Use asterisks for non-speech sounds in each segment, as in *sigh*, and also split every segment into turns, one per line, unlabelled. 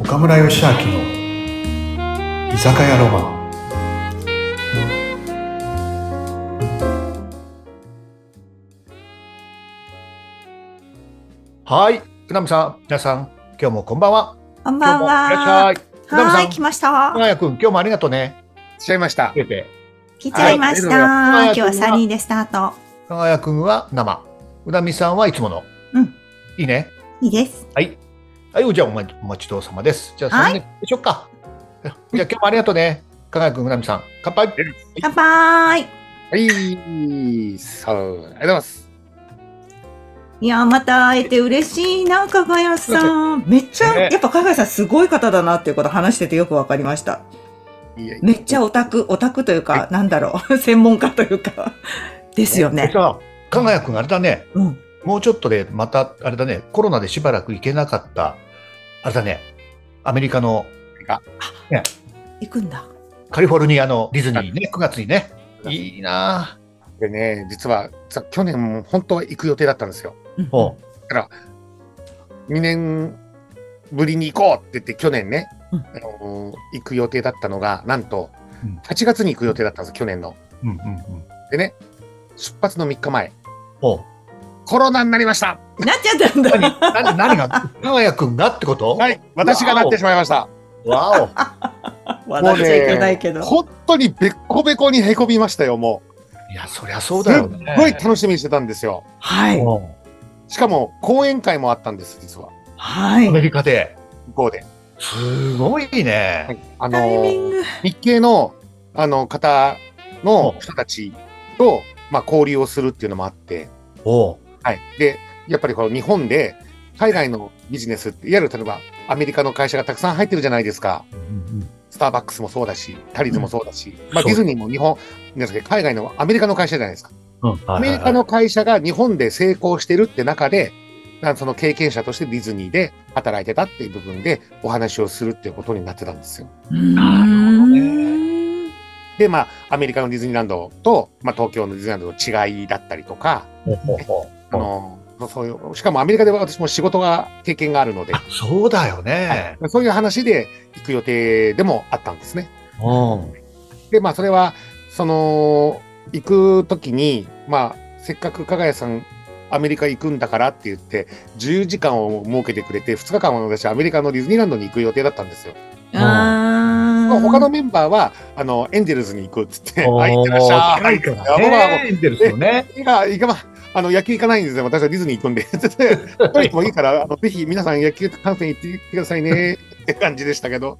岡村義明の居酒屋ロマン
はい、船見さん、皆さん、今日もこんばんは。
こん
今日
ばん
もいら
は
っ。しゃい。船見
は
さ
い、
ん、
来ました。
熊谷君、今日もありがとうね。
しちゃいました。
出て。
来ちゃいました。
はい
今日は三人でスタート。
熊谷君は生、船見さんはいつもの。
うん。
いいね。
いいです。
はい。はい、じゃあお待ちお待ちどうさまです。じゃあ、
はい
3人でしょうか。じゃあ、今日もありがとうね。熊谷君、船見さん、乾杯。
乾杯。
はい、さあ、ありがとうございます。
いや、また会えて嬉しいな、加賀谷さん。めっちゃ、
ね
やっぱ加賀谷さんすごい方だなっていうこと話しててよくわかりました。
いやいや
めっちゃオタク、オタクというか、なんだろう、 *laughs* 専門家というか、ですよね。
さあ、熊谷君、あれだね。
うん。
もうちょっとで、また、あれだね、コロナでしばらく行けなかった、あれだね、アメリカの
行くんだ。
カリフォルニアのディズニーね、9月にね。いいなぁ。
でね、実はさ去年も本当は行く予定だったんですよ。
うん
おう
2年ぶりに行こうって言って去年ね、
うん
あのー行く予定だったのがなんと
うん
8月に行く予定だったんです去年の。
うんうんうん。
でね、出発の3日前、
おう
コロナになりました。
なっちゃったんだ。
何何何が長谷君がってこと
はい、私がなってしまいました。
わ
笑っちゃいけないけど。
本当にべっこべこにへこみましたよ、も
おいやそりゃそうだよ
う。
ね
すごい楽しみにしてたんですよ。
はい。
おう
しかも講演会もあったんです、実は。
は
アメ
い。
リカで
向こうで。
すごいね、
はい、あの
タイ
ー
ミング。
日系のあの方の
お
人たちと、まあ、交流をするっていうのもあって、
おう
はい、でやっぱりこの日本で海外のビジネスっていわゆる例えばアメリカの会社がたくさん入ってるじゃないですかスターバックスもそうだしタリーズもそうだし、まあ、
そう
ディズニーも日本なんですけど海外のアメリカの会社じゃないですか
うん
アメリカの会社が日本で成功してるって中でなんその経験者としてディズニーで働いてたっていう部分でお話をするっていうことになってたんですよ。
なるほど
ね。
で、まあ、アメリカのディズニーランドと、まあ、東京のディズニーランドの違いだったりとか、
ほうほうほう
あのそうそういう、しかもアメリカでは私も仕事が経験があるので、
あそうだよね、
そういう話で行く予定でもあったんですね。
うん
で、まあ、それは、その、行くときに、まあ、せっかく加賀谷さん、アメリカ行くんだからって言って、10時間を設けてくれて、2日間は私、アメリカのディズニーランドに行く予定だったんですよ。
あー
他のメンバーは、あの、エンゼルスに行くって言って、
お
あ、行ってらっしゃい。
近いから
やばいやばい
ねエンゼルスのね
いや、いかま、あの、野球行かないんですよ。私はディズニー行くん *laughs* で。とにかくいいから、あの、ぜひ皆さん野球観戦行ってくださいね。って感じでしたけど。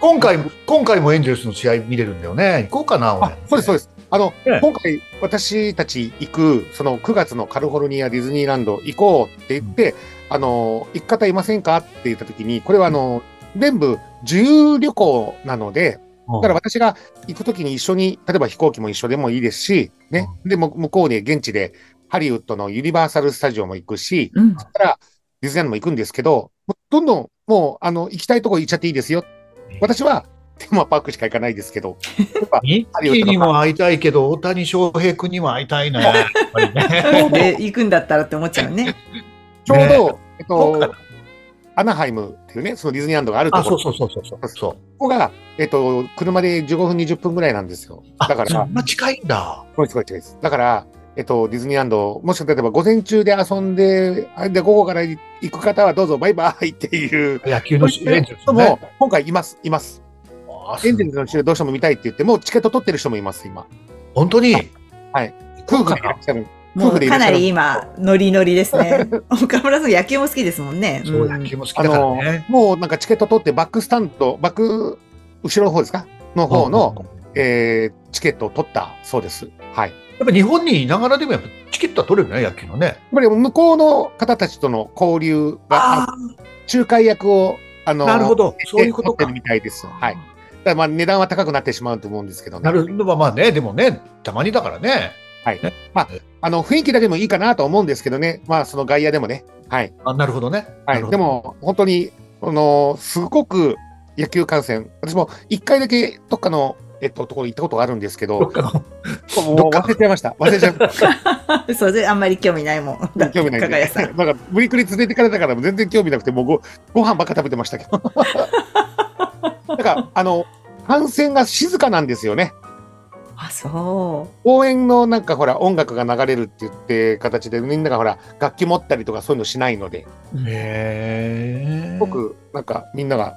今回も今回もエンゼルスの試合見れるんだよね行こうかな
あ
俺、
そうです、そうです。あの、
ええ
今回私たち行く、その9月のカリフォルニアディズニーランド行こうって言って、あの、行く方いませんかって言った時に、これはあの、全部自由旅行なので、
うん
だから私が行くときに一緒に、例えば飛行機も一緒でもいいですし、ね。で、も向こうに現地でハリウッドのユニバーサル・スタジオも行くし、
うん
そ。したらディズニーランドも行くんですけど、もうどんどんもうあの行きたいとこ行っちゃっていいですよ。私はテーマパークしか行かないですけど、
ミッキーにも会いたいけど、大谷翔平君にも会いたいな、やっぱりね。
*laughs*
で、行くんだったらって思っちゃうね。
ちょうど、えっ
そうか
と、アナハイムっていうね、そのディズニーランドがあると
あ、
こ
そ
ろ、
うそうそうそうそう。そう
ここが、えっと、車で15分、20分ぐらいなんですよ。
あ、
だから、
そんな近いんだ。
すごいすごい近いです。だから、えっと、ディズニーランド、もし例えば午前中で遊んで、あで午後から行く方はどうぞバイバイっていう。
野球
そ
の
う
エンゼ
い
ル
う
ス
人
のね
も。今回います、います。
あ
エンゼルスの試合どうしても見たいって言って、もうチケット取ってる人もいます、今。
本当に。
はい。
そ
夫
う
婦
か
でいらっしゃる。
も
夫婦
う
でいら
か
っしゃ
な
る
り今、ノリノリです
*laughs*
ね。岡村さん、野球も好きですもんね。
そう、
ん
野球も好き
あ
だから
の、
ね。
もうなんかチケット取って、バックスタンド、バック、後ろの方ですかの方の、えーチケットを取ったそうです。はい。やっ
やっぱ日本にいながらでもやっぱチケットは取れるね、野球のね。
ぱり向こうの方たちとの交流が、
あ
仲介役を、あの、
なるほど。
して
そういうこと
取
か
ってる。みたいです。はい。。ただまあ値段は高くなってしまうと思うんですけどね。
なるほど。まあまあね、でもね、たまにだからね。
あの、雰囲気だけでもいいかなと思うんですけどね。まあ、その外野でもね。はい。
あ、なるほどね。な
は
る
い。
ほ
で
ど、
も、本当に、あの、すごく野球観戦、私も一回だけ、どっかの、えっと、ところ行ったことがあるんですけ
ど
ど
っ、か
*laughs*
の
もう忘れちゃいました。忘れちゃいまし
そうで、あんまり興味ないもん。
た。興味ない
加賀
で
屋
す。
さ。
なん *laughs* んか、無理くり連れてかれたから、全然興味なくて、もうご、ご飯ばっか食べてましたけど。なんか、あの、感染が静かなんですよね。
あ、そ
応援のなんかほら、音楽が流れるって言って形で、みんながほら、楽器持ったりとかそういうのしないので、
う。
へえ
僕、なんかみんなが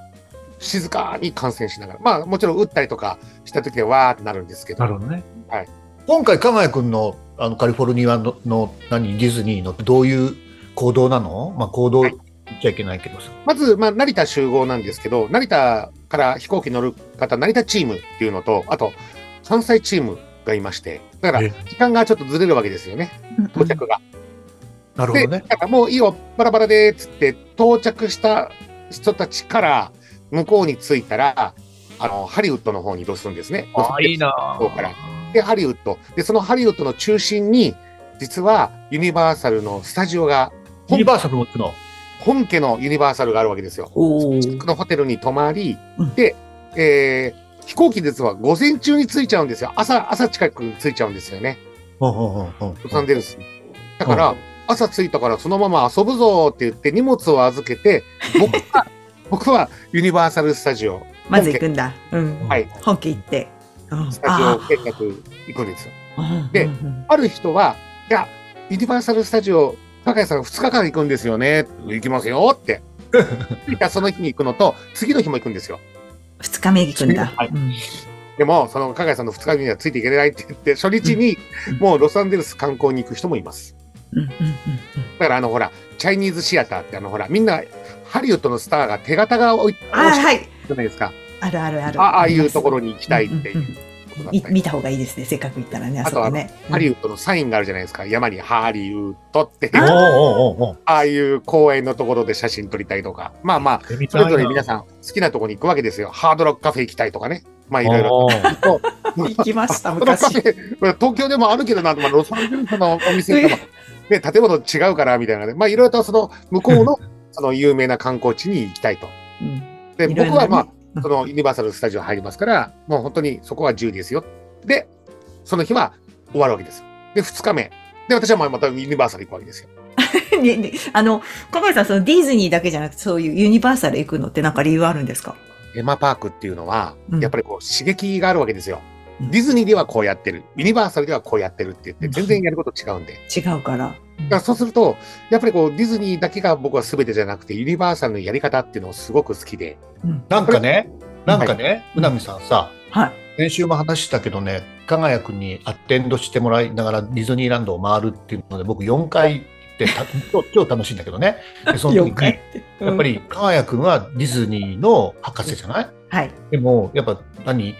静かに観戦しながら、まあもちろん打ったりとかした時はわーってなるんですけど、
なるほどね、
はい、
今回加賀谷君のあのカリフォルニアのの何ディズニーのってどういう行動なの、まあ、行動
は
言
い
っちゃいけないけどさ、
まず、まあ、成田集合なんですけど、成田から飛行機乗る方、成田チームっていうのと、あと、関西チームがいまして、だから、
え
時間がちょっとずれるわけですよね、到着が。
なるほ
で、
どね
だからもういいよ、バラバラで、つって、到着した人たちから、向こうに着いたら、あの、ハリウッドの方に移動するんですね。
な
そうからで、ハリウッド。で、そのハリウッドの中心に、実は、ユニバーサルのスタジオが、
ユニ
本
バーサルも行くの
本家のユニバーサルがあるわけですよ。
おお。
のホテルに泊まり
うん、
で、えー飛行機実は午前中に着いちゃうんですよ。朝、朝近くに着いちゃうんですよね。
うんうんうん
ロサン
う
ゼルスに。だから、
う
朝着いたからそのまま遊ぶぞって言って荷物を預けて、僕は、僕はユニバーサルスタジオ、
まず行くんだ。うん
ん。
はい、
本家行って。うん
スタジオ見学行くんですよ。
あー
で
うんうん
ある人は、いや、ユニバーサルスタジオ、高谷さん2日間行くんですよね。行きますよって。いやその日に行くのと、次の日も行くんですよ。
二日目行くんだ。
はい
うん
でも、その加賀谷さんの2日目にはついていけないって言って、初日にもうロサンゼルス観光に行く人もいます。
うんうんうん
だからあのほら、チャイニーズシアターってあのほら、みんなハリウッドのスターが手形が置いて
あー、
ある
はい。
じゃないですか。
あるあるある。
あああいうところに行きたいっていううん
うん
ことだっ
い
たり
見た方がいいですね。せっかく行ったらね、あ
あ
そ
と
こ
は
ね。
ハリウ
うん
ッドのサインがあるじゃないですか。山にハリウッドって、
あ
あ
おうおうおうおう
あいう公園のところで写真撮りたいとか。まあまあ、それぞれ皆さん好きなところに行くわけですよ。ハードロックカフェ行きたいとかね。まあいろいろ。
おう
行きました、
*laughs* このカフ
昔。
ェ、これ東京でもあるけどな、まあ、ロサンゼルスのお店とか、
*laughs*
ね、建物違うからみたいなね、まあ、いろいろとその向こうのその有名な観光地に行きたいと。
うん
で、
いろい
僕
ろ
は
ね
まあ、そのユニバーサル・スタジオ入りますから、もう本当にそこは自由ですよ。で、その日は終わるわけですよ。で、2日目。で、私はまあまたユニバーサル行くわけですよ。
*laughs* ねねあの、加賀井さん、そのディズニーだけじゃなくて、そういうユニバーサル行くのってなんか理由あるんですか
テーマパークっていうのは
う、ん
やっぱりこう刺激があるわけですよ。
うん
ディズニーではこうやってる。ユニバーサルではこうやってるって言って、全然やること違うんで。
違うから。
だからそうすると、やっぱりこう、ディズニーだけが僕は全てじゃなくて、ユニバーサルのやり方っていうのをすごく好きで、
うん
なんかねなんかね
いう
なみさんさ
はい。
先週も話したけどね加賀谷君にアテンドしてもらいながらディズニーランドを回るっていうので僕4回行ってた *laughs* 超超楽しいんだけどねでその時
了
に
解て
やっぱ。り加賀谷君はディズニーの博士じゃない、
うんはい。
でもやっぱ何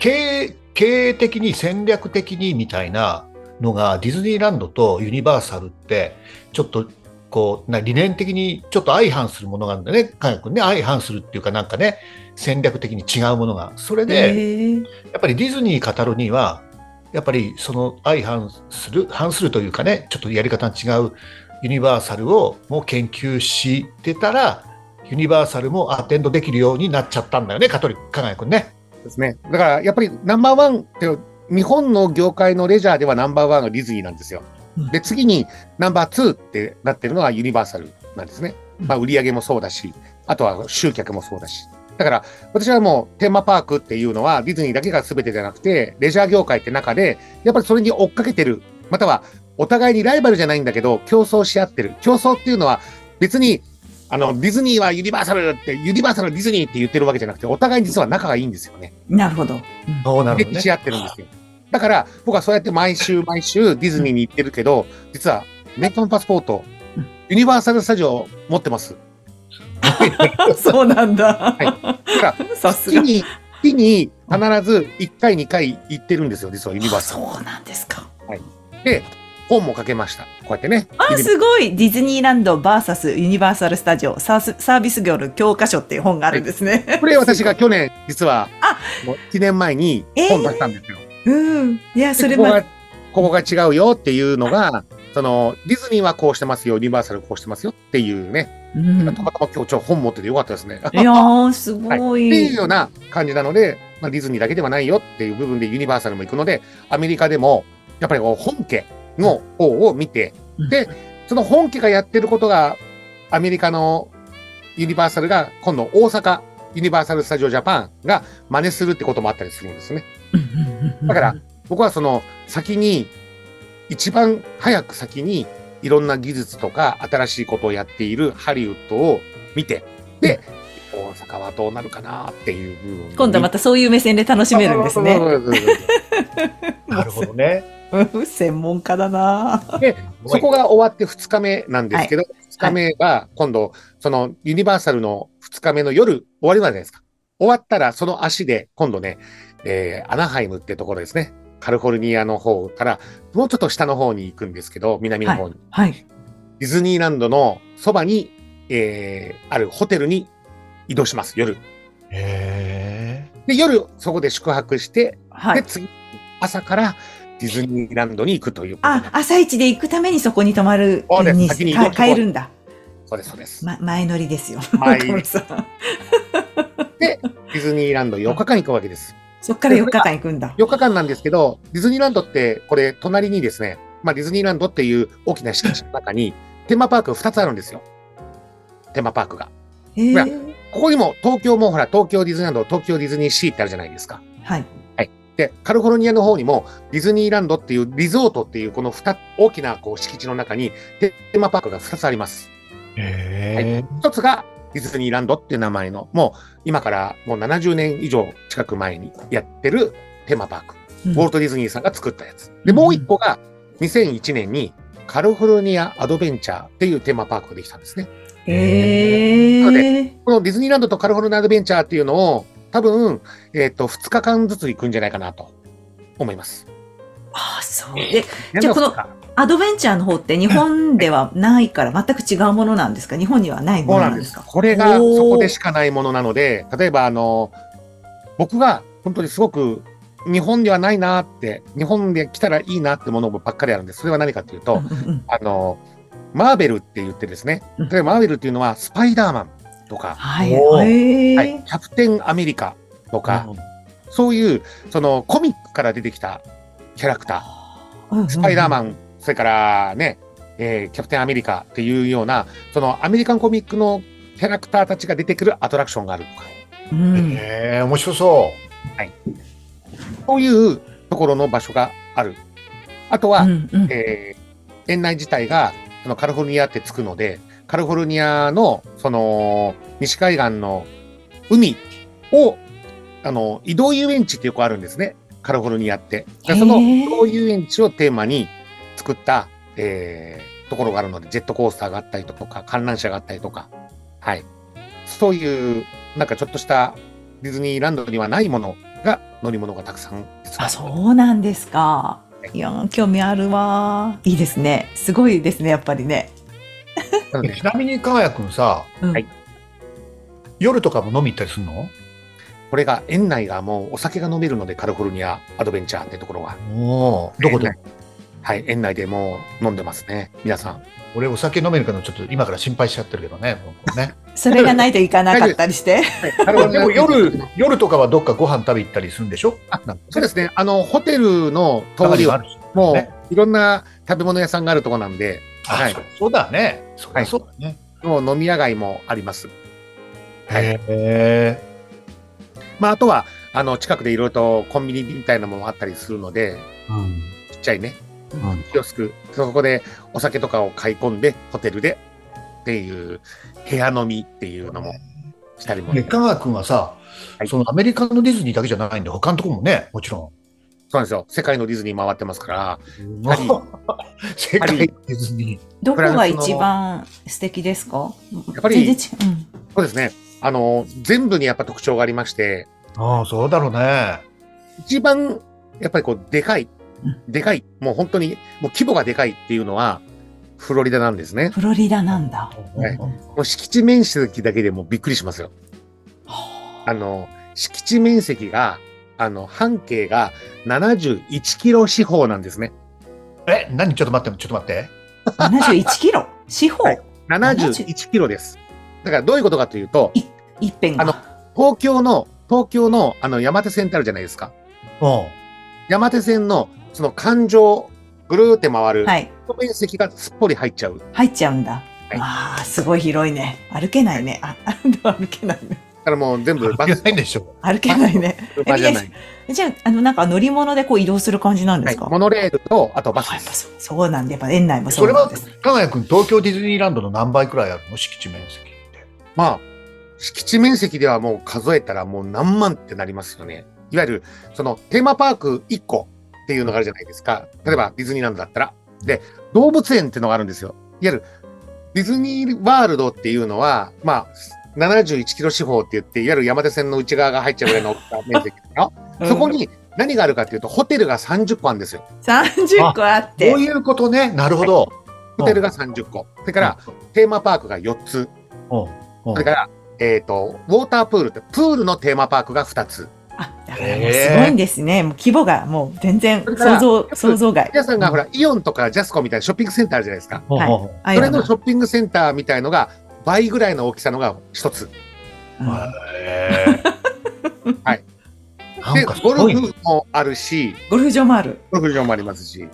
経営経営的に戦略的にみたいなのがディズニーランドとユニバーサルってちょっとこうな理念的にちょっと相反するものがあるんだよね加賀谷君ね相反するっていうかなんかね戦略的に違うものがそれで、
へー
やっぱりディズニー語るには、やっぱりその相反する、反するというかね、ちょっとやり方の違うユニバーサルをもう研究してたら、ユニバーサルもアテンドできるようになっちゃったんだよね、カトリック加賀谷君ね。
ですね。だから、やっぱりナンバーワンって、日本の業界のレジャーではナンバーワンがディズニーなんですよ
うん。
で、次にナンバーツーってなってるのはユニバーサルなんですね。まあ、売り上げもそうだし、あとは集客もそうだし。だから、私はもうテーマパークっていうのはディズニーだけが全てじゃなくて、レジャー業界って中で、やっぱりそれに追っかけてる、またはお互いにライバルじゃないんだけど、競争し合ってる。競争っていうのは別に、あの、ディズニーはユニバーサルって、ユニバーサルはディズニーって言ってるわけじゃなくて、お互い実は仲がいいんですよね。
なるほど。
そうなるほど
歴
ね。
史合ってるんですよ。だから、僕はそうやって
*laughs*
毎週毎週ディズニーに行ってるけど、実は、アメリカのパスポート
うん、
ユニバーサルスタジオ持ってます。
そうなんだ。
だから、
*laughs* さす
月
が。
に、月に必ず1回2回行ってるんですよ、実はユニバー
あ
サ
そうなんですか。
ル。で、本も書けました。こうやってね。
あ、
ユニバー
すごいディズニーランド VS ユニバーサル・スタジオサースサービス業の教科書っていう本があるんですね。
これ私が去年、実は
あ、
もう1年前に
えー
本出したんですよ。
うん。いや、それ
ここ
ま
が、ここが違うよっていうのが、その、ディズニーはこうしてますよ、ユニバーサルこうしてますよっていうね。
うん
たまたま今日ちょ本持っててよかったですね。
いやー、すごい。
はいっていうような感じなので、まあ、ディズニーだけではないよっていう部分でユニバーサルも行くので、アメリカでも、やっぱりこう本家の方を見て、で、その本家がやってることが、アメリカのユニバーサルが、今度大阪、ユニバーサル・スタジオ・ジャパンが真似するってこともあったりするんですね。だから
うん、
僕はその先に、一番早く先にいろんな技術とか新しいことをやっているハリウッドを見て、で、大阪はどうなるかなっていう部分。
今度またそういう目線で楽しめるんです
そ
ね。
うそうそうそう
なるほどね。
うん専門家だな。
で、そこが終わって2日目なんですけど、2日目は今度、そのユニバーサルの2日目の夜終わりまでじゃないですか。終わったらその足で今度ね、えーアナハイムってところですね。カリフォルニアの方から、もうちょっと下の方に行くんですけど、南の方に。
はい。
ディズニーランドのそばに、えーあるホテルに移動します、夜。
へえ。
で、夜、そこで宿泊して、
は
で、
い。
次、朝からディズニーランドに行くということにな
あ、朝一で行くためにそこに泊まる
そうです
に
先に移動
か
してこい
帰るんだ。
そうです、そうです。
ま、前乗りですよ。
前乗り
岡 *laughs* 村さん
ディズニーランド4日間行くわけです。
そっから4日間行くんだ。
4日間なんですけど、ディズニーランドって、これ、隣にですね、まあ、ディズニーランドっていう大きな敷地の中に、テーマパーク2つあるんですよ。テーマパークが。
へえ
ほら。ここにも、東京もほら、東京ディズニーランド、東京ディズニーシーってあるじゃないですか。
はい。
で、カリフォルニアの方にも、ディズニーランドっていうリゾートっていう、この二つ大きなこう敷地の中に、テーマパークが2つあります。
へえ。
1つが、ディズニーランドっていう名前の、もう今からもう70年以上近く前にやってるテーマパーク。
うん
ウォルト・ディズニーさんが作ったやつ。で、もう1個が、2001年に、カリフォルニア・アドベンチャーっていうテーマパークができたんですね。
へ
なの
え。
このディズニーランドとカリフォルニア・アドベンチャーっていうのを、多分、えっ、と、2日間ずつ行くんじゃないかなと思います。
あ、そう。で、じゃあこの
二日
アドベンチャーの方って日本ではないから全く違うものなんですか日本にはないも
そう
のな
な
んん
で
です
す
か。
これ
お
が
ー
そこでしかないものなので、例えばあの、僕が本当にすごく日本ではないなって、日本で来たらいいなってものばっかりあるんです。それは何かっていうと、
うんうんうん
あの、マーベルって言ってですね、
うん
例えばマーベルっていうのはスパイダーマンとか、
はい。
おー
へ
はい
え。
キャプテンアメリカとか、そういうそのコミックから出てきたキャラクター、スパイダーマ
ン。
ン、それからね、えーキャプテンアメリカっていうような、そのアメリカンコミックのキャラクターたちが出てくるアトラクションがあるとか、
うん
へえ、面白そ
そういうところの場所がある。あとは、
うんうん
えー園内自体がそのカリフォルニアってつくので、カリフォルニアのその西海岸の海をあの移動遊園地ってよくあるんですね、カリフォルニアって。でその
へー
移動遊園地をテーマに作った、えーところがあるので、ジェットコースターがあったりとか、観覧車があったりとか、はい。そういう、なんかちょっとしたディズニーランドにはないものが、乗り物がたくさん
あ、
作られてる
そうなんですか。いやー、興味あるわー。いいですね。すごいですね、やっぱりね。
なの
う。
で
ちなみに、かがやくんさ、
うん
はい
夜とかも飲み行ったりするの
これが園内がもうお酒が飲めるのでカリフォルニアアドベンチャーってところは。
おお、どこで
園内はい、園内でもう飲んでますね。皆さん。
俺お酒飲めるかのちょっと今から心配しちゃってるけどね。もうね
それがないといかなかったりして。
カリフォルニ
で
ア
も夜、夜とかはどっかご飯食べ行ったりするんでしょ
あそうですね。あの、ホテルの通
通り
り
はあ
は
るし。
も
ね
ういろんな食べ物屋さんがあるとこなんで、
あ
はい
そうそうだね。そりゃそうだね。
もう飲み屋街もあります。はい
へえ。
まあ、あとは、あの、近くでいろいろとコンビニみたいなものもあったりするので、
うん。
ちっちゃいね、
うん
キオスク、そこでお酒とかを買い込んで、ホテルでっていう、部屋飲みっていうのもしたりも。
で、香川君はさ、
はい
そのアメリカのディズニーだけじゃないんで、他のとこもね、もちろ
そうなんですよ。世界のディズニー回ってますから。
ん。
パリ
*laughs* 世界ディズニ
どこが一番素敵ですか
やっぱり
全然違ううん
そうですね。あの、全部にやっぱ特徴がありまして、
ー。ああ、そうだろうね。
一番、やっぱりこう、でかい
うん、
でかい、もう本当に、もう規模がでかいっていうのは、フロリダなんですね。
フロリダなんだ。
はいもう敷地面積だけでもうびっくりしますよ。あの、敷地面積が、あの、半径が71キロ四方なんですね。
え、何ちょっと待って、ちょっと待って。
71キロ四方
はい71キロです。だからどういうことかというと、
一辺
あの
が。
東京の東京のあの山手線ってあるじゃないですか。
うん。
山手線のその環状、ぐるーって回る、
はい。
面積がすっぽり入っちゃう。
入っちゃうんだ。
はい
わあ、すごい広いね。歩けないね。あ、歩けないね。
だからもう全部バス、
ないでしょ。
歩けないね。
車じゃない。
じゃあ、あの、なんか乗り物でこう移動する感じなんで
は
す
い、
か、
モノレールと、あとバス
あ
で
やっぱ
す。
そうそうなんで、やっぱ園内もそ
そうれ
なん
は
です。、
金谷君、東京ディズニーランドの何倍くらいあるの敷地面積って。
まあ、敷地面積ではもう数えたらもう何万ってなりますよね。いわゆる、そのテーマパーク1個っていうのがあるじゃないですか。例えばディズニーランドだったら。で、動物園ってのがあるんですよ。いわゆる、ディズニーワールドっていうのは、まあ、71キロ四方って言って、いわゆる山手線の内側が入っちゃうぐらいの大きさ面積ですよ。そこに何があるかっていうと、ホテルが30個あるんですよ。
30個あって。
こういうことね。なるほど。
ホテルが30個。それから、テーマパークが4つ。
うん、うん
それから、えっ、と、ウォータープールって、プールのテーマパークが2つ。
あ、だからもうすごいんですね。もう規模がもう全然
それから
想像、想像外。
皆さんがほら、イオンとかジャスコみたいなショッピングセンターあるじゃないですか。
うん
はい
うん
あ
そ
や
れ
だ
のショッピングセンターみたいのが、倍ぐらいの大きさのが1つ。
うん
へー
はい。
なん
で、
かす
ゴ
ごい
ル
ね。
フもあるし、
ゴルフ場もある。
ゴルフ場もありますし。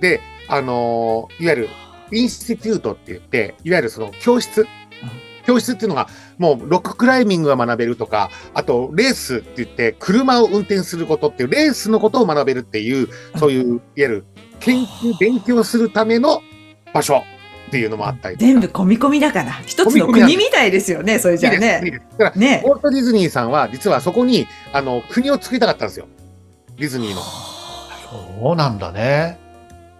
で、あのーいわゆる、インスティテュートって言って、いわゆるその教室。教室っていうのが、もうロッククライミングが学べるとか、あとレースって言って、車を運転することっていう、レースのことを学べるっていう、そういう、いわゆる研究、勉強するための場所っていうのもあったりとか。
全部込み込みだから。一つの
込み込みなんで
国みたいですよね、それじゃあ
いい
ね。
ですいいですだから
ね
ウォルト・ディズニーさんは、実はそこに、あの、国を作りたかったんですよ。ディズニーの。
そうなんだね。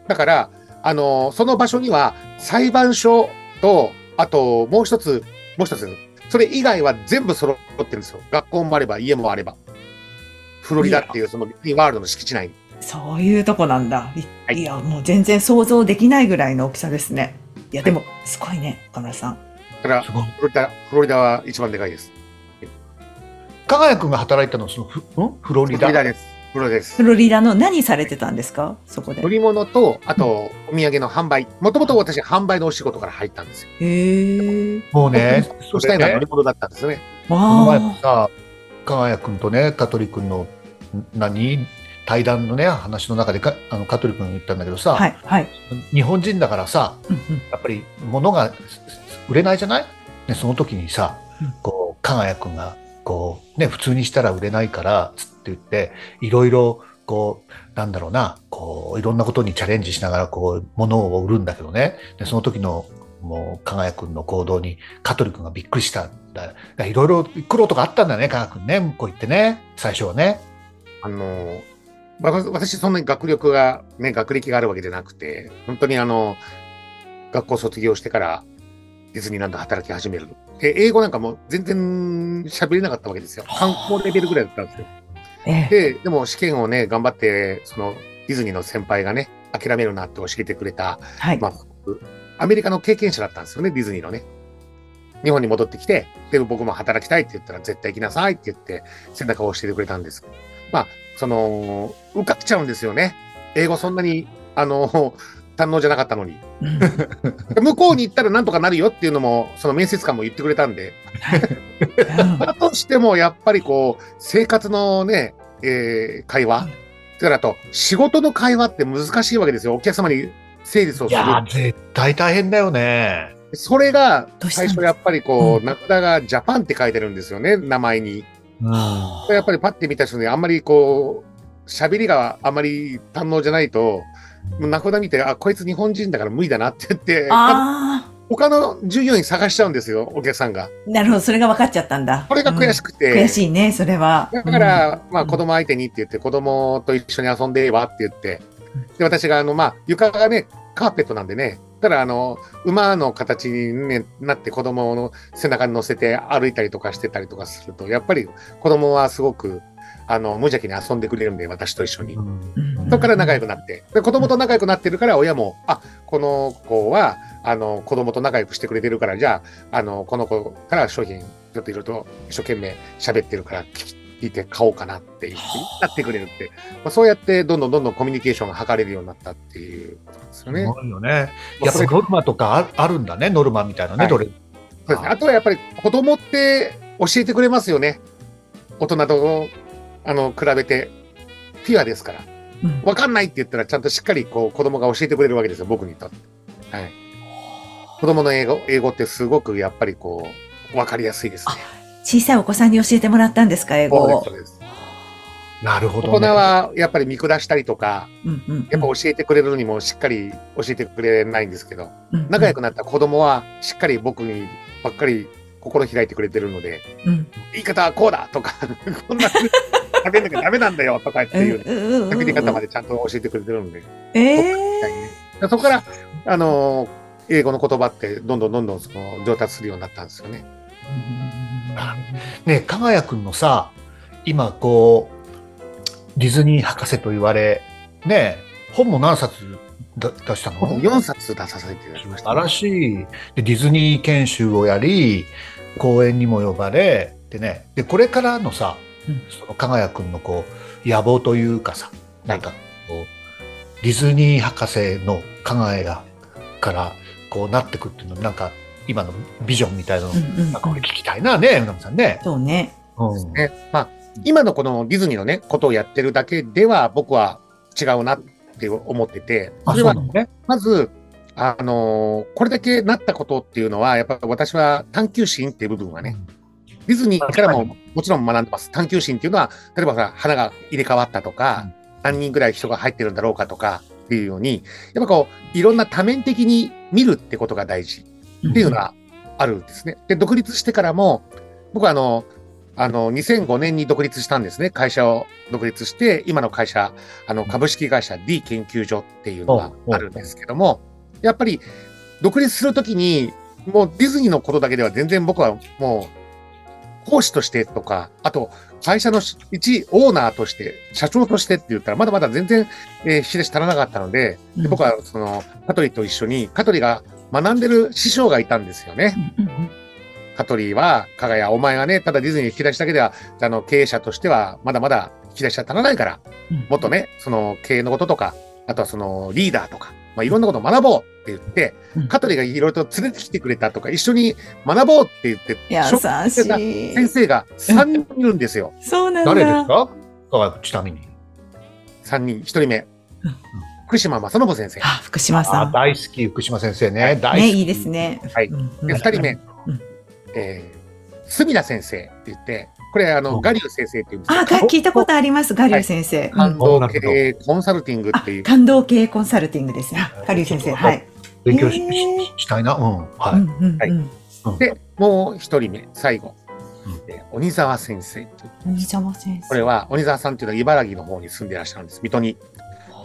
だから、あのその場所には裁判所と、あともう一つ、もう一つ、それ以外は全部揃ってるんですよ。学校もあれば、家もあれば。フロリダっていう、そのディズニーワールドの敷地内に。
そういうとこなんだ。い
はい
いや、もう全然想像できないぐらいの大きさですね。いや、でも、すごいね、岡村さん。
だから、
すごい。
フロリダ、フロリダは一番でかいです。
加賀谷君が働いたのはそのフんフロ
フ
リ
ロリダ
ダ。
です。フロリダです
フ。ロリダの何されてたんですかそこで
乗。り物と、あと、お土産の販売。もともと私、販売のお仕事から入ったんですよ。
へえ。
もうね、
そしたいのは乗り物だったんですね。
この前
わ
も
あ。
さ、加賀谷君とね、香取君のん何対談のね、話の中でかあの香取君が言ったんだけどさ、
はい、はい。
日本人だからさ、
うんうん
やっぱり物がすす売れないじゃない、ね、その時にさ
うん、
こう、加賀谷君が、こう、ね、普通にしたら売れないから、つって言って、いろいろ、こう、なんだろうな、こう、いろんなことにチャレンジしながら、こう、物を売るんだけどね、でその時の、もう、加賀谷君の行動に、香取君がびっくりしたんだ。だからいろいろ苦労とかあったんだね、加賀君ね、向こう行ってね、最初はね。
あの、わ私、そんなに学力が、ね、学歴があるわけじゃなくて、本当にあの、学校卒業してから、ディズニーランド働き始める。で、英語なんかもう全然喋れなかったわけですよ。観光レベルぐらいだったんですよ。
ええ。
で、でも試験をね、頑張って、その、ディズニーの先輩がね、諦めるなって教えてくれた、
はい
ま。あ、アメリカの経験者だったんですよね、ディズニーのね。日本に戻ってきて、で、僕も働きたいって言ったら、絶対行きなさいって言って、背中を押してくれたんです。まあ、その、受かっちゃうんですよね。英語そんなに、あの、堪能じゃなかったのに。
うん
向こうに行ったらなんとかなるよっていうのも、その面接官も言ってくれたんで、 *laughs*
うん
だとしても、やっぱりこう、生活のね、えー会話、
うん
それからあと、仕事の会話って難しいわけですよ。お客様に整理をする
い。やー、絶対大変だよね。
それが
どうしたんで
最
す
初やっぱりこう、
うん
名札がジャパンって書いてるんですよね、名前に。
うん
やっぱりパッて見た人にあんまりこう、喋りがあまり堪能じゃないと、もう名札見て、あ、こいつ日本人だから無理だなって言って、
あ
他の従業員探しちゃうんですよ、お客さんが。
あ、なるほど、それが分かっちゃったんだ。
これが悔しくて。
悔しいね、それは。
だから、まあ子供相手にって言って、子供と一緒に遊んでればって言って、で、私があの、まあ床がね、カーペットなんでね、ただあの、馬の形に、ね、なって子供の背中に乗せて歩いたりとかしてたりとかすると、やっぱり子供はすごく、あの、無邪気に遊んでくれるんで、私と一緒に。
うん、うん
そこから仲良くなって、で子供と仲良くなってるから、親も、あ、この子は、あの、子供と仲良くしてくれてるから、じゃあ、あの、この子から商品、ちょっといろいろと一生懸命喋ってるから、聞聞いて買おうかなっていうなってくれるって、まあ、そうやって、どんどんどんどんコミュニケーションが図れるようになったっていうことなんですよね。
す
ま
ごいよね。
あ
やっぱ
それ
ノルマとかああるんだね、ノルマみたいなね、
はい
どれ。
そうですねあとはやっぱり、子供って教えてくれますよね。大人とあの比べてピュアですから
うん
わかんないって言ったらちゃんとしっかりこう子供が教えてくれるわけですよ僕にとって、はい、子供の英語英語ってすごくやっぱりこうわかりやすいですね
小さいお子さんに教えてもらったんですか、英語
そ
を
うですそ。うです
なるほ
大
ど、
人はやっぱり見下したりとか
うんうんうん
やっぱ教えてくれるのにもしっかり教えてくれないんですけど
うんうん
仲良くなった子供はしっかり僕にばっかり心開いてくれてるので
うん
言い方はこうだとか *laughs* こんな食べなきゃダメなんだよとかっていう
うん
作り方ま
で。
でちゃんと教えてくれてるので
え
そこからあのー英語の言葉ってどんどんどんどんその上達するようになったんですよね。
ねえ、かがやくんのさ、今こう、ディズニー博士と言われ、ねえ、本も何冊だ出したの
4冊出させていただきまし
素
た、
晴らしい。で、ディズニー研修をやり、講演にも呼ばれ、でね、で、これからのさ、
うん
その、かがやくんのこう、野望というかさ、なんか、こう、ディズニー博士のかがやから、こうなってくっていうの、なんか、今のビジョンみたいなの、
うんうんうん
なんか俺聞きたいなね、うなみさんね。
そうね。
うん。
ねまあ、今のこのディズニーのねことをやってるだけでは僕は違うなって思ってて
あ、
そ
そ
れ
うな
は
のね。
まずあのーこれだけなったことっていうのはやっぱ私は探求心っていう部分はねディズニーからももちろん学んでます。探求心っていうのは、例えばさ、花が入れ替わったとか、何人ぐらい人が入ってるんだろうかとかっていうように、やっぱこう、いろんな多面的に見るってことが大事っていうのはあるんですね。で、独立してからも、僕はあの、あの、2005年に独立したんですね。会社を独立して、今の会社、あの、株式会社 D 研究所っていうのがあるんですけども、やっぱり、独立するときに、もうディズニーのことだけでは全然僕はもう、講師としてとか、あと、会社のし一オーナーとして、社長としてって言ったら、まだまだ全然、えー、引き出し足らなかったので、で僕はその、香取と一緒に、香取が学んでる師匠がいたんですよね。
うんうんうん
香取は、加賀谷、お前はね、ただディズニー引き出しだけでは、あの、経営者としては、まだまだ引き出しは足らないから、
うん
もっとね、その経営のこととか、あとはそのリーダーとか、まあ、いろんなことを学ぼうって言って
うん、
香取がいろいろと連れてきてくれたとか、一緒に学ぼうって言って、
優
紹介
しい。
先生が3人いるんですよ。
そうなんだ。
誰ですかかがやくん、ちなみに。
3人、1人目
うん。
福島正信先生。
あ、福島さ
あ
ん。
大好き、福島先生ね。大好
ね、
き。
いいですね。
はい
うんうん
で、2人目、
うん
えー、隅田先生って言って、これ、あ
う
の、
ん
ガリュー先生っていうんです
あ、が聞いたことあります、ガリュウ先生。うん
感動
なる
経
ほど
営コンサルティング
あ
っていう、、
感動系コンサルティングですね。あガリュウ先生、はい。
勉強し,し、
へー
したいな。うん。はい。
うんうんうん
はいで、もう一人目、最後
うん、
えー鬼沢先生っていう。
鬼様先生。
これは、鬼沢さんっていうのは茨城の方に住んでいらっしゃるんです。水戸に。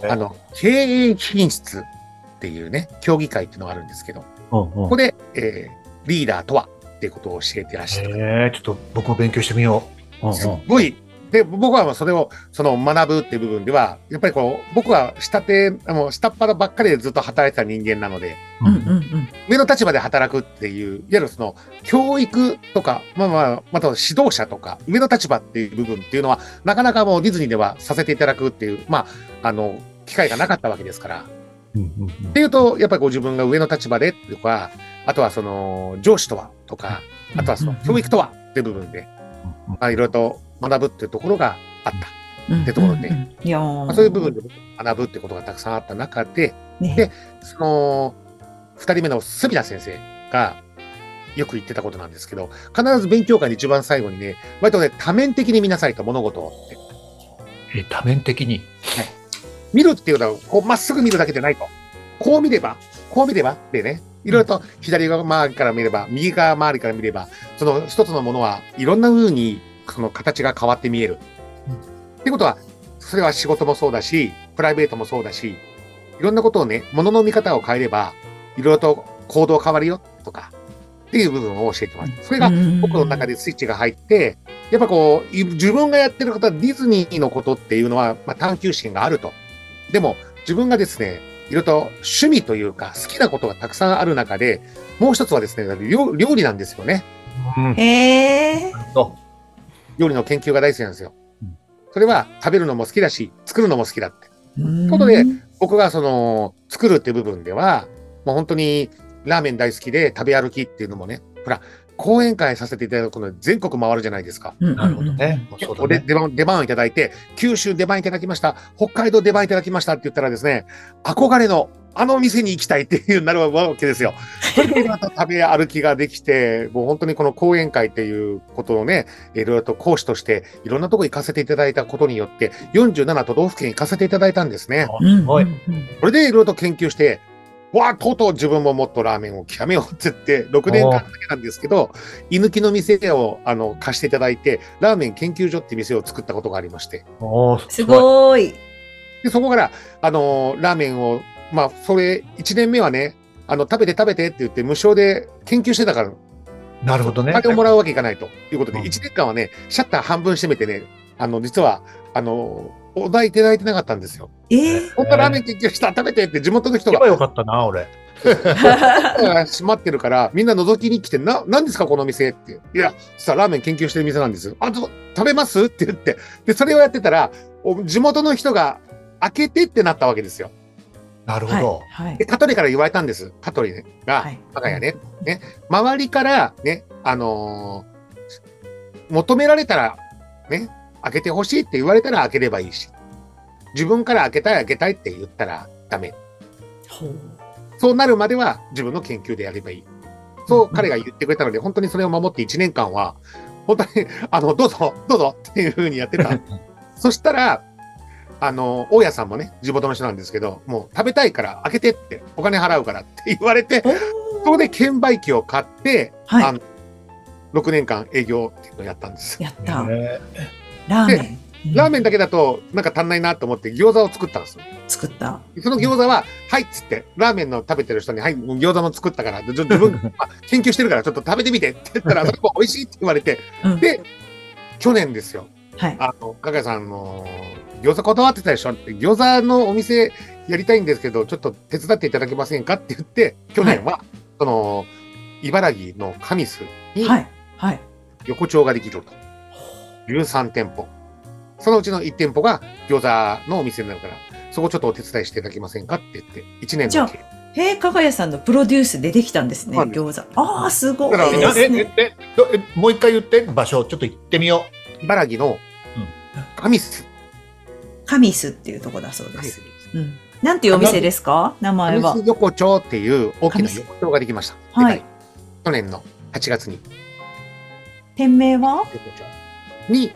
え
あの、経営品質っていうね、協議会っていうのがあるんですけど、こ
うんうん
こで、えーリーダーとはっていうことを教えていらっしゃる。
えちょっと僕も勉強してみよう。うんうん
すっごい。で、僕はもうそれを、その学ぶっていう部分では、やっぱりこう、僕は下手、もう下っ腹ばっかりでずっと働いてた人間なので、
うんうんうん。
上の立場で働くっていう、いわゆるその教育とか、まあまあ、または指導者とか、上の立場っていう部分っていうのは、なかなかもうディズニーではさせていただくっていう、まあ、あの、機会がなかったわけですから。っ
うんうんうん
ていうと、やっぱりご自分が上の立場でとか、あとはその上司とはとか、あとはその教育とはっていう部分で、
うん
まあ、いろいろと学ぶっていうところがあった。
って
ところで。
いや
ま
ー
あ、そういう部分で学ぶってことがたくさんあった中で、
ね
で。その、二人目の隅田先生がよく言ってたことなんですけど、必ず勉強会の一番最後にね、割とね、多面的に見なさいと、物事をって。
え多面的に。
見るっていうのは、こう、まっすぐ見るだけじゃないと。こう見れば、こう見ればってね、いろいろと左側周りから見れば、右側周りから見れば、その一つのものはいろんな風に、その形が変わって見える。
うん
ってことは、それは仕事もそうだし、プライベートもそうだし、いろんなことをね、ものの見方を変えれば、いろいろと行動変わるよ、とか、っていう部分を教えてます。それが僕の中
で。
でスイッチが入って、やっぱこう、い自分がやってることはディズニーのことっていうのは、まあ、探求心があると。でも、自分がですね、いろいろと趣味というか、好きなことがたくさんある中で、もう一つはですね、料料理なんですよね。
うん
えー
そ
料理の研究が大好きなんですよ
うん。
それは食べるのも好きだし、作るのも好きだって。
うん
ことで僕がその、作るっていう部分では、もう本当にラーメン大好きで食べ歩きっていうのもね、ほら、講演会させていただくので全国回るじゃないですか。
うん
なるほど。ね。
で
そう
これ
だね。
出番出番をいただいて、九州出番いただきました、北海道出番いただきましたって言ったらですね、憧れのあの店に行きたいっていうなるわけで
*laughs*
すよ。それでまた食べ歩きができて、もう本当にこの講演会っていうことをね、いろいろと講師としていろんなとこ行かせていただいたことによって、47都道府県行かせていただいたんですね。
うん
すごい
うんうん
それでいろいろと研究して、わあ、とうとう自分ももっとラーメンを極めようって言って、6年間だけなんですけど、居抜きの店をあの貸していただいて、ラーメン研究所って店を作ったことがありまして、
おー
すごい。
でそこから、あのーラーメンを、まあ、それ、1年目はね、あの、食べて食べてって言って無償で研究してたから、
い。なるほどね
お。金をもらうわけいかないということで、
うん
1年間はね、シャッター半分閉めてね、あの、実は、あのーお題いただいてなかったんですよ。
えー
本当はラーメン研究した、食べてって地元の人
行け
が
ば、よかったな、俺。
が閉まってるから、みんな覗きに来て、な、何ですかこの店って。いや、実はラーメン研究してる店なんです。あ、と食べますって言って。で、それをやってたら、お地元の人が、開けてってなったわけですよ。
なるほ
はい
ど。
はい
で、。香取から言われたんです。香取ねが、
はい
我が家ね。ね、周りから、ね、あのー求められたら、ね、開けてほしいって言われたら開ければいいし、自分から開けたい開けたいって言ったらダメ。
ほう
そうなるまでは自分の研究でやればいい。そう彼が言ってくれたので、本当にそれを守って1年間は、本当に、あの、どうぞ、どうぞっていうふうにやって
*laughs*
た。そしたら、あの、大家さんもね、地元の人なんですけど、もう食べたいから開けてって、お金払うからって言われて、そこで券売機を買って、
はい
あの6年間営業っていうのをやったんです。
やった。
ね
ラーメン。
ラーメンだ
け
けだと、なんか足んないなと思って餃子を作ったんですよ。
作った。
その餃子は、はいっつって、ラーメンの食べてる人に、はい、餃子も作ったから、ちょ自
*laughs*
分、あ研究してるから、ちょっと食べてみてって言ったら、それも美味しいって言われて、
うん
で去年ですよ、
はい。
あの、加賀谷さん、あの、餃子断ってたでしょって、餃子のお店やりたいんですけど、ちょっと手伝っていただけませんかって言って、去年は、その、茨城の神栖に
はい。はい。
横丁ができると。13店舗。そのうちの1店舗が餃子のお店になるから、そこちょっとお手伝いしていただけませんかって言って、1年
じゃ
の
あへえ、加賀谷さんのプロデュースでできたんですね、
そうなん
餃子。ああ、すご
だか
え
い
ら
です
え
ね。
ええどえもう一回言って、場所、ちょっと行ってみよ
茨城
う
の
ん
神栖。
カミスっていうとこだそうで
神
す。
栖
うん。なんていうお店ですか名前
神
は。
栖横丁っていう大き
神
な
栖
横丁ができました。
はい
でか。去年の8月に
店名は
横丁に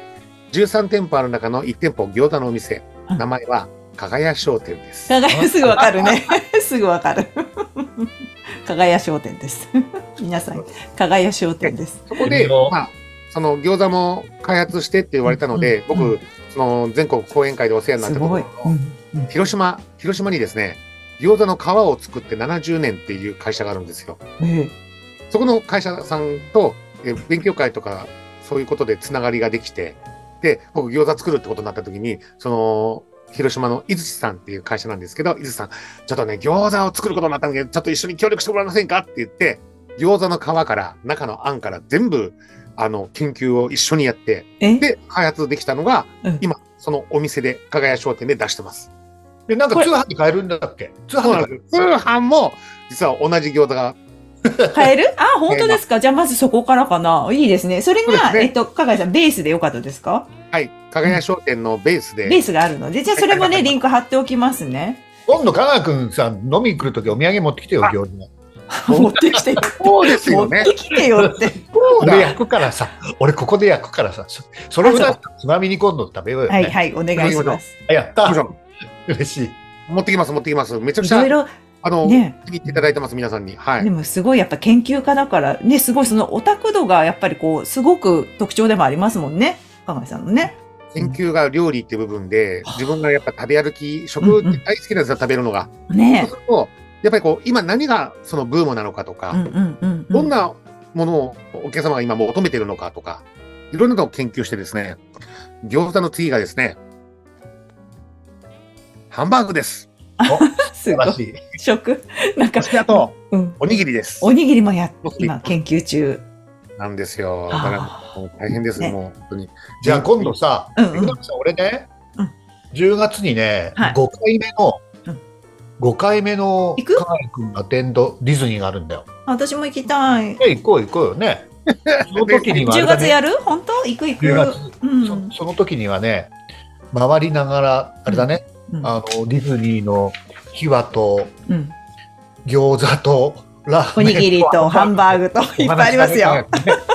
13店舗ある中の1店舗餃子のお店。
うん
名前は加賀屋商店です。
加賀屋すぐわかるね。すぐわかる。加賀屋商店です。皆さん、加賀屋商店です。
そこで、
いいよ
まあ、その餃子も開発してって言われたので、
うんうん
僕、その全国講演会でお世話になっ
す
たとこ
ご
ろ
い。うんうん
広島、広島にですね、餃子の皮を作って70年っていう会社があるんですよ。
え
そこの会社さんとえー勉強会とかそういうことでつながりができて、で、僕餃子作るってことになった時に、その、広島の井槌さんっていう会社なんですけど、井槌さん、ちょっとね、餃子を作ることになったんで、ちょっと一緒に協力してもらえませんかって言って、餃子の皮から、中のあんから全部、あの、研究を一緒にやって、
え。え
で、開発できたのが
うん、
今、そのお店で、加賀屋商店で出してます。
う。で、なん
こ
か
れ
通販に買えるんだっけ通
そう
販に買
なん
え
で
る
す。通販も、実は同じ餃子が、
買えるあ、本当ですか。じゃあ、まずそこからかな。いいですね。それ
そうです
が、
ね
えっと、加賀谷さん、ベースでよかったですか
はい、加賀屋商店のベースで、
ベースがあるので。じゃあ、それもね、リンク貼っておきますね。
今度、香川君さん、飲みに来るときお土産持ってきてよ、
あ
餃子。
持ってきてよ。
そうですよね
持ってきてよって。
俺焼くからさ、俺ここで焼くからさ、そそれを
あ
二
そ
つつまみに今度食べようよ、ね。
はいはい、お願いします。
あやっ
も
た
ちろん
嬉しい。
持ってきます、持ってきます。めちゃく
い
ちゃ、
ろいろ
あの、
ね、
気に入っていただいてます、皆さんに。はい。
でもすごいやっぱ研究家だから、ね、すごいそのオタク度がやっぱりこう、すごく特徴でもありますもんね。加賀谷さんのね。
研究が料理っていう部分で、自分がやっぱ食べ歩き、食って大好きなんですよ、食べるのが。そう
ね
すると、やっぱりこう、今何がそのブームなのかと
うん
か、
うんうんうん。
どんなものをお客様が今求めてるのかとか、いろんなのを研究してですね、餃子の次がですね、ハンバーグです。
す
素晴
ご
ら
い。
しい。
食なんか
そ、してあと、
うん。
おにぎりです。
おにぎりもや
おに、ぎり
今研究中。
なんですよ。だか
あ
ら、もう大変です、
ね
もう本当に。
じゃあ今度さ、
うんうん
江口さん俺ね、
うん
10月にね、
はい
5回目の、
うん
5回目の
行く
カール君アテンドディズニーがあるんだよ。
あ私も行きたい。 *laughs*
え行こう行こうよね。その時にはあれ
10
だ
月
ね、
やる本当行く行く。
10月
うん。
そその時にはね、回りながら、あれだね、
うん
あの、ディズニーの秘話と
うん。
餃子とラー
お
メン
にぎりとハンバーグといっぱいありますよ。。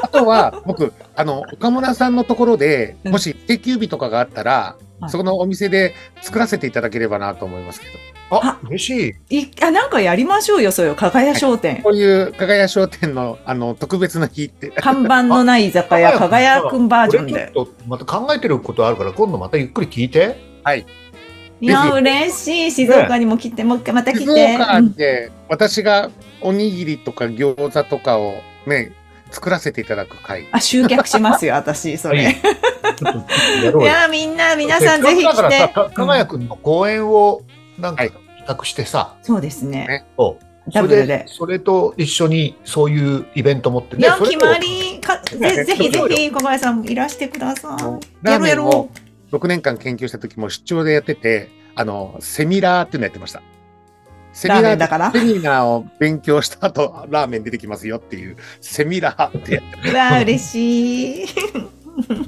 あとは、僕、あの、岡村さんのところで、
うん
もし定休日とかがあったら、
はい
そこのお店で作らせていただければなと思いますけど、
あ、嬉しい。
いあ、なんかやりましょうよ、それを。加賀屋商店。
こういう加賀屋商店の、あの、特別な日って、
看板のない居酒屋、加賀屋くんバージョンで。
俺ちょっとまた考えてることあるから、今度またゆっくり聞いて。
いや、嬉しい。静岡にも来て、もう一回また来
静
て。
岡
うん
で私がおにぎりとか餃子とかをね、作らせていただく会。
あ、集客しますよ、私、そ
はい
れ。
ちょっとやろ
い
よ。
うや、みんな、皆さんぜひ
せっかくだから
来
さ
て。
か加賀谷君の公演をなんか
はい
企画してさ、
そうですね。
そう
ダ
そ
ブル
れ
で
で、。それと一緒にそういうイベント持って
いや、
それ
決
と
まりか、ぜぜひぜひ、小林さんもいらしてください。やろ
ラー
う
メ
や
ン
ろ
を6年間研究した時も出張でやってて、あの、セミラーっていうのやってました。セミ
ラーメ
ラ
ンだから
ー、セミナーを勉強した後、ラーメン出てきますよっていう、セミラーってやって
う。うわ、嬉しい。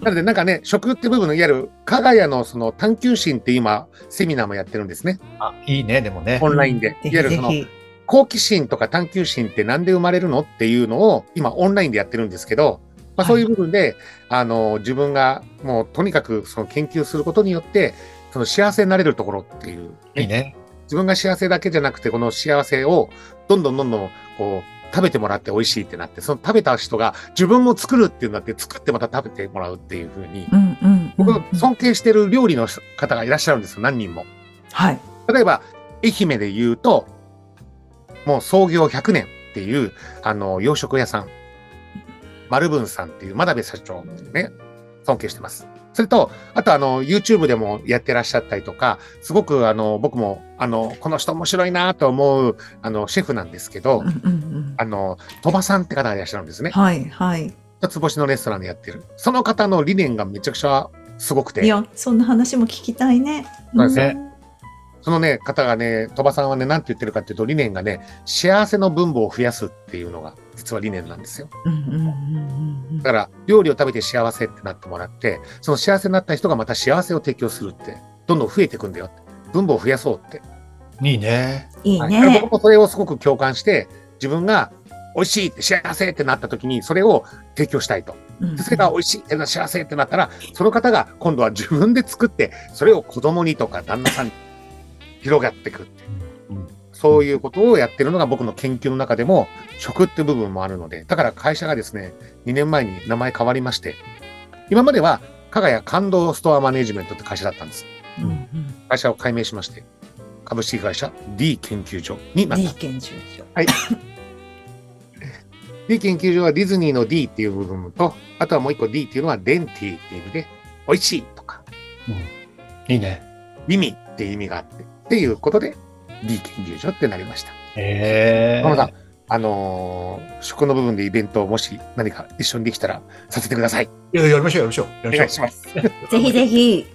なので、なんかね、食って部分のいわゆる、加賀屋のその探求心って今、セミナーもやってるんですね。
あいいねでもね
オンラインで。
ぜ
いわ
ひ
ゆる
ぜ
その、
ひ。
好奇心とか探求心ってなんで生まれるのっていうのを今オンラインでやってるんですけど、まあ、そういう部分で、あの自分がもうとにかくその研究することによってその幸せになれるところっていう、
いいね
自分が幸せだけじゃなくてこの幸せをどんどんどんどんこう食べてもらって美味しいってなってその食べた人が自分も作るっていうのって作ってまた食べてもらうっていうふうに
うんうんうんう
僕
ん。
尊敬してる料理の方がいらっしゃるんですよ何人も。
はい。
例えば、愛媛で言うと、もう創業100年っていう、あの、洋食屋さん、丸文さんっていう、真鍋社長ね、尊敬してます。それと、あとあの、YouTube でもやってらっしゃったりとか、すごくあの、僕も、あの、この人面白いなと思う、あの、シェフなんですけど
うん、うんうん。
あの、鳥羽さんって方がいらっしゃるんですね。
はいはい。
一つ星のレストランでやってる。その方の理念がめちゃくちゃすごくて。
いや、そんな話も聞きたいね。
そうです
ね
そのね、方がね、鳥羽さんはね、なんて言ってるかっていうと、理念がね、幸せの分母を増やすっていうのが、実は理念なんですよ。
うんうんうんうんうん
だから、料理を食べて幸せってなってもらって、その幸せになった人がまた幸せを提供するって、どんどん増えていくんだよって。分母を増やそうって。
いいね
いい
はいだから
ね
僕。もそれをすごく共感して、自分が美味しいって幸せってなった時に、それを提供したいと。
うん
それが美味しいってな幸せってなったら、その方が今度は自分で作って、それを子供にとか旦那さんに広がっていくっていう
うん。
そういうことをやってるのが僕の研究の中でも食って部分もあるので、だから会社がですね、2年前に名前変わりまして、今までは加賀屋感動ストアマネジメントって会社だったんです。
うんうん
会社を改名しまして、株式会社 D 研究所になっ
い
た
い。研修所。
D 研究所はディズニーの D っていう部分と、あとはもう一個 D っていうのはデンティっていう意味で、美味しいとか、
いいね
意味っていう意味があって、っていうことで、D 研究所ってなりました。
へえ
浜田さん、あのー食の部分でイベントをもし何か一緒にできたらさせてください。
いややりましょうやりましょうや
お
り
願
ま
い
し
し
ょ
ます。
ぜひぜひ。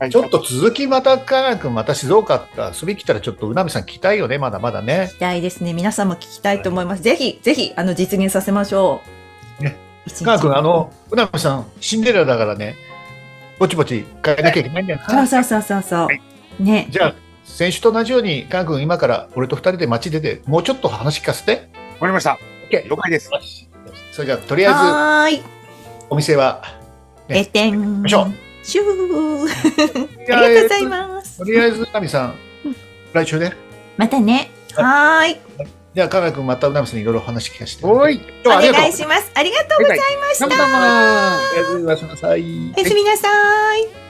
はい
うちょっと続きまた加賀谷君また静岡って遊びに来たらちょっとうなみさん来たいよねまだまだね
期待ですね。皆さんも聞きたいと思います。ぜひ、ぜひ、あの、実現させましょう。
ね
一日
加賀君あのうなみさんシンデレラだからねぼちぼち変えなきゃいけないんだよな
そうそうそうそうそう。
はい
ね。
じゃあ、先週と同じように、カン君、今から俺と二人で街出て、もうちょっと話聞かせて。
わかりました。
OK
了解です。
それじゃあ、とりあ
はーい。
えず、お店は、ね
閉店。
ましょう
シュー。ありがとうございます
と。りあえず、ナミさん、来週ね。
またね。はーい。
じゃあ、カン君、またうなみさんにいろいろ話聞かせて。
おーい、
お
今日はありがとう。
願いします。ありがとうございまし
ナム
た。
さん
とりあえず、おやすみなさい。
おやすみなさい。